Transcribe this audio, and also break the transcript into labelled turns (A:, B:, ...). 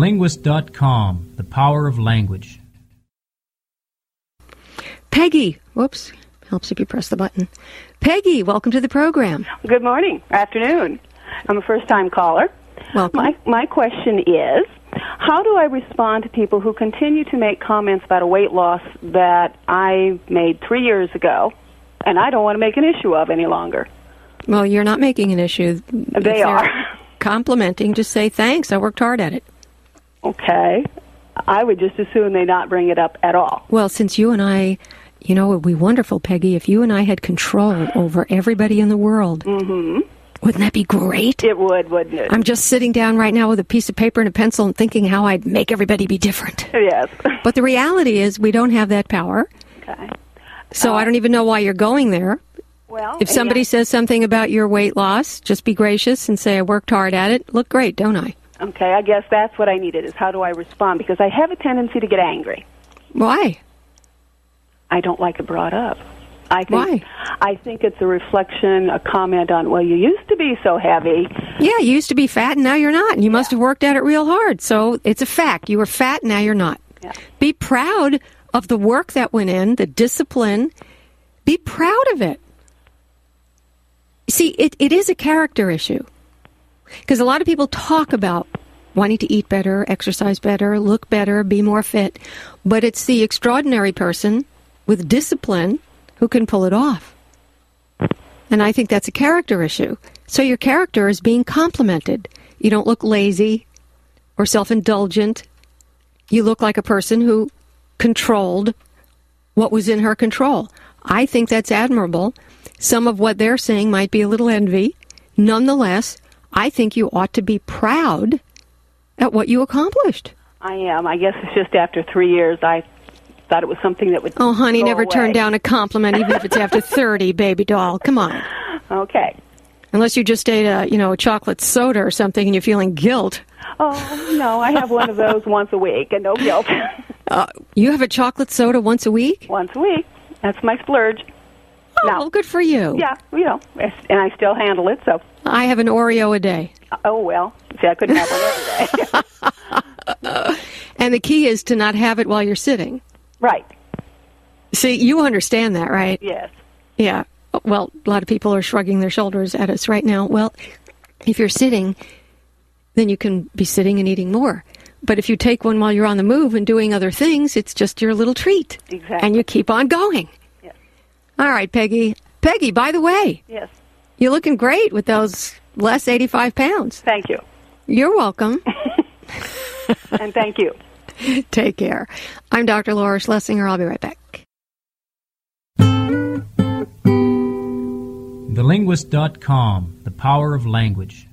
A: TheLinguist.com, the power of language.
B: Peggy, whoops, helps if you press the button. Peggy, welcome to the program.
C: Good morning, afternoon. I'm a first time caller.
B: Welcome.
C: My, my question is How do I respond to people who continue to make comments about a weight loss that I made three years ago and I don't want to make an issue of any longer?
B: Well, you're not making an issue. If
C: They
B: they're
C: are.
B: Complimenting, just say thanks. I worked hard at it.
C: Okay. I would just assume they not bring it up at all.
B: Well, since you and I, you know, it would be wonderful, Peggy, if you and I had control over everybody in the world. Mm-hmm. Wouldn't that be great?
C: It would, wouldn't it?
B: I'm just sitting down right now with a piece of paper and a pencil and thinking how I'd make everybody be different.
C: yes.
B: But the reality is, we don't have that power.
C: Okay. Oh.
B: So I don't even know why you're going there.
C: Well,
B: If somebody says something about your weight loss, just be gracious and say, I worked hard at it. Look great, don't I?
C: Okay, I guess that's what I needed is how do I respond because I have a tendency to get angry.
B: Why?
C: I don't like it brought up. I think,
B: Why?
C: I think it's a reflection, a comment on, well, you used to be so heavy.
B: Yeah, you used to be fat and now you're not. And you must have worked at it real hard. So it's a fact. You were fat, now you're not.
C: Yeah.
B: Be proud of the work that went in, the discipline. Be proud of it. See, it, it is a character issue. Because a lot of people talk about wanting to eat better, exercise better, look better, be more fit. But it's the extraordinary person with discipline who can pull it off. And I think that's a character issue. So your character is being complimented. You don't look lazy or self indulgent. You look like a person who controlled what was in her control. I think that's admirable. Some of what they're saying might be a little envy. Nonetheless, I think you ought to be proud at what you accomplished.
C: I am. I guess it's just after three years, I thought it was something that would.
B: Oh, honey,
C: go
B: never
C: away.
B: turn down a compliment, even if it's after 30, baby doll. Come on.
C: Okay.
B: Unless you just ate a, you know, a chocolate soda or something and you're feeling guilt.
C: Oh no, I have one of those once a week, and no guilt.
B: You have a chocolate soda once a week?
C: once a week. That's my splurge.
B: Oh,
C: No.
B: well, good for you.
C: Yeah, you know, it's- and I still handle it. So,
B: I have an Oreo a day.
C: oh well. See, I couldn't have one every day.
B: And the key is to not have it while you're sitting.
C: right.
B: See, you understand that, right?
C: Yes.
B: Yeah. Well, a lot of people are shrugging their shoulders at us right now. Well, if you're sitting, then you can be sitting and eating more. But if you take one while you're on the move and doing other things, it's just your little treat.
C: Exactly.
B: And you keep on going.
C: Yes.
B: All right, Peggy. Peggy, by the way,
C: Yes.
B: you're looking great with those less 85 pounds.
C: Thank you,
B: You're welcome.
C: and thank you.
B: Take care. I'm Dr. Laura Schlesinger. I'll be right back.
A: TheLinguist.com, the power of language.